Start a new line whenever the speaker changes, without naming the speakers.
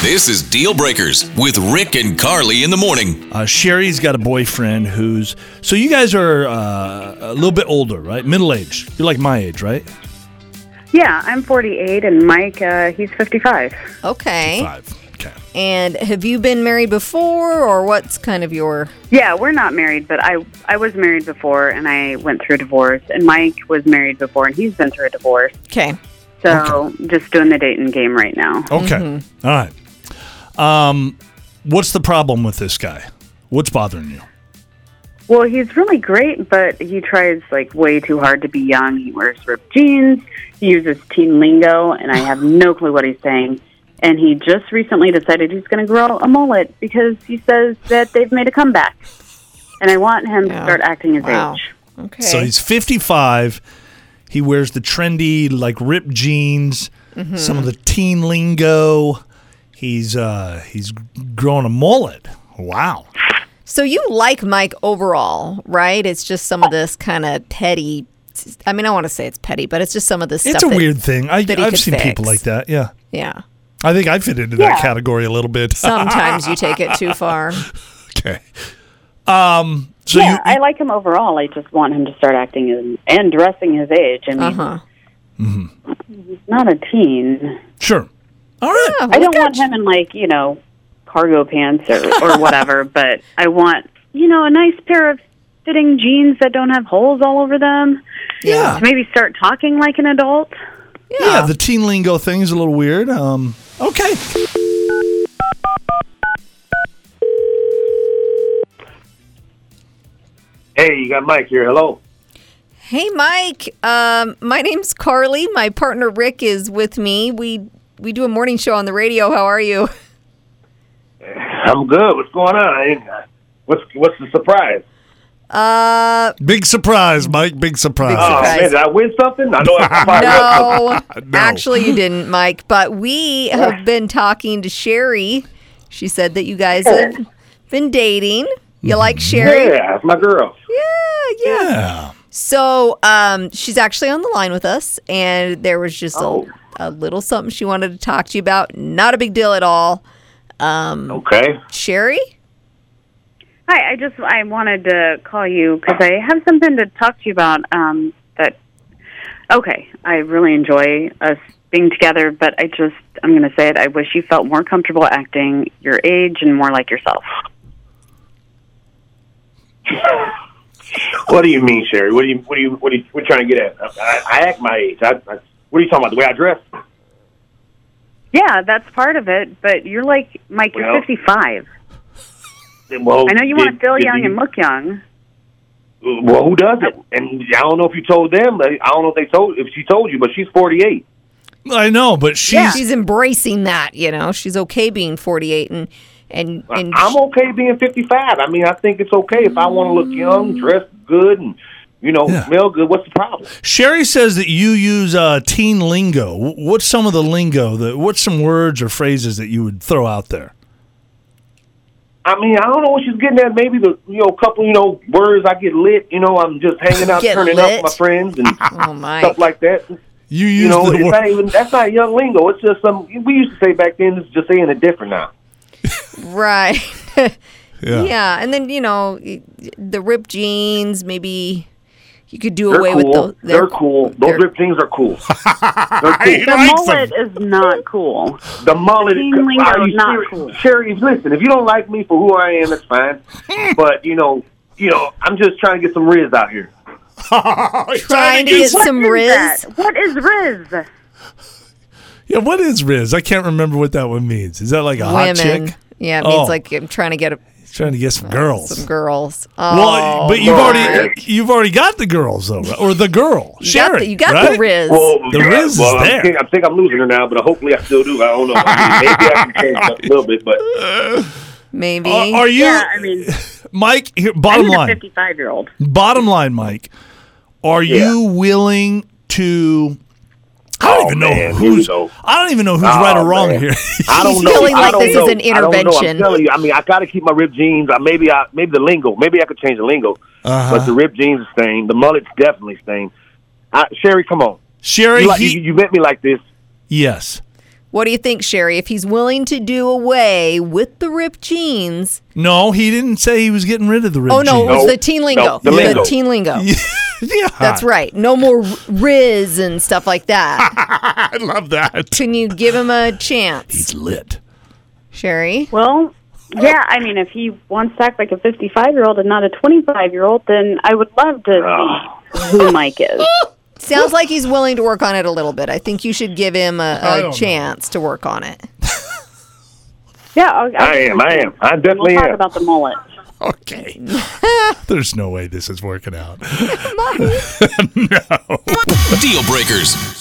This is Deal Breakers with Rick and Carly in the morning.
Uh, Sherry's got a boyfriend who's. So you guys are uh, a little bit older, right? Middle age. You're like my age, right?
Yeah, I'm 48, and Mike, uh, he's 55.
Okay.
Five. Okay.
And have you been married before, or what's kind of your?
Yeah, we're not married, but I I was married before, and I went through a divorce. And Mike was married before, and he's been through a divorce.
Okay.
So just doing the dating game right now.
Okay.
Mm-hmm.
All right. Um, what's the problem with this guy? What's bothering you?
Well, he's really great, but he tries like way too hard to be young. He wears ripped jeans. He uses teen lingo, and I have no clue what he's saying. And he just recently decided he's going to grow a mullet because he says that they've made a comeback. And I want him to start acting his
Wow.
age.
Okay.
So he's 55. He wears the trendy, like ripped jeans,
Mm-hmm.
some of the teen lingo. He's uh, he's growing a mullet. Wow.
So you like Mike overall, right? It's just some of this kind of petty. I mean, I want to say it's petty, but it's just some of this
It's a
stuff. that-
weird thing. I,
that he
I've
could
seen people
fix.
like that. Yeah.
Yeah.
I think I fit into that
Yeah.
category a little bit.
Sometimes you take it too far.
okay. Um. So
yeah,
you,
I like him overall. I just want him to start acting and, and dressing his age. I mean,
Uh
Uh-huh.
huh.
he's not a teen.
sure. All right.
I don't want him in like you know cargo pants or or whatever, but I want you know a nice pair of fitting jeans that don't have holes all over them.
Uh.
Yeah.
Maybe start talking like an adult.
Yeah, the teen lingo thing is a little weird. Um, okay.
Hey, you got Mike here. Hello.
Hey, Mike. Um, my name's Carly. My partner Rick is with me. We we do a morning show on the radio. How are you?
I'm good. What's going on? I ain't, what's what's the surprise?
Uh,
Big surprise, Mike. Big surprise.
Oh
Surprise.
man, did I win something? I know. I'm probably-
no, actually, you didn't, Mike. But we have been talking to Sherry. She said that you guys have been dating. You like Sherry?
Mm-hmm. Yeah, it's my girl.
Yeah, yeah.
Yeah.
So um, she's actually on the line with us, and there was just
Oh.
a, a little something she wanted to talk to you about. Not a big deal at all.
Okay.
Sherry?
Hi, I just I wanted to call you because I have something to talk to you about. Um, that okay, I really enjoy us being together, but I just I'm going to say it. I wish you felt more comfortable acting your age and more like yourself.
What do you mean, Sherry? What do you what do you what are you, what you trying to get at? I, I act my age. I, I, what are you talking about? The way I dress?
Yeah, that's part of it, but you're like Mike. You're
Well,
55.
Well,
I know you want
did-
to feel
did
young
you-
and look young.
Well, who doesn't? And I don't know if you told them. I don't know if they told if she told you, but she's 48.
Oh. I know, but she's
She's embracing that, you know. She's okay being 48 and and and
I'm okay being 55. I mean, I think it's okay if I want to look young, dress good, and you know,
Yeah.
smell good. What's the problem?
Sherry says that you use uh, teen lingo. Wh- What's some of the lingo? That what's some words or phrases that you would throw out there?
I mean, I don't know what she's getting at. Maybe the you know, couple you know words. I get lit. You know, I'm just hanging out,
Get
turning
lit.
up with my friends and
oh my.
stuff like that.
You use
You know,
the
it's
word.
not even that's not young lingo. It's just some we used to say back then. It's just saying it different now.
Right.
Yeah.
yeah. And then, you know, y- the ripped jeans, maybe you could do
They're
away
cool.
with those.
they're, cool. Those
they're-
ripped jeans are cool. They're cool.
The mullet is not cool.
The mullet.
Teen lingo
Are
is
you
not
serious?
cool.
Sherry, listen. If you don't like me for who I am, it's fine. but you know, you know, I'm just trying to get some riz out here.
Trying to get some
What is
Riz.
that? What is Riz?
Yeah, what is Riz? I can't remember what that one means. Is that like a hot
Women.
chick?
Yeah, it
Oh.
means like I'm trying to get a,
He's trying to get some girls.
some girls. Oh,
well, but you've
Lord.
already you've already got the girls though, right? or the girl
You
Sherry.
got the, you got
right?
the Riz.
The riz is
well,
there.
I think, I think I'm losing her now, but hopefully I still do. I don't know. I mean, maybe I can change it up a little bit, but
Maybe.
Are, are you,
Yeah, I mean,
Mike? Here,
I'm
bottom
a
line.
55 year old.
Bottom line, Mike, are you willing to? I don't
Oh,
even
man,
know
here we
who's.
go.
I don't even know who's
Oh,
right or wrong
man.
here.
I don't
He's
know.
feeling
I
like
don't
this is
know.
an
I don't know.
intervention.
I'm telling you. I mean, I got to keep my ripped jeans. I maybe I maybe the lingo. Maybe I could change the lingo. But the ripped jeans is staying. The mullet's definitely staying. I, Sherry, come on.
Sherry,
You, like,
he,
you, you met me like this.
yes.
What do you think, Sherry? If he's willing to do away with the ripped jeans,
No, he didn't say he was getting rid of the ripped
oh no, it
jeans.
was
No,
the teen
no,
lingo,
the lingo.
teen lingo.
yeah,
That's right. No more r- Riz and stuff like that.
I love that.
Can you give him a chance,
He's lit.
Sherry?
Well, yeah, I mean, if he wants to act like a 55 year old and not a 25 year old, then I would love to see
Ah.
who Mike is.
Sounds like he's willing to work on it a little bit. I think you should give him
I don't
a,
know.
a chance to work on it.
Yeah, I'll,
I am. I am. I
We'll
definitely
talk
am.
about the mullet.
Okay. There's no way this is working out.
Deal breakers.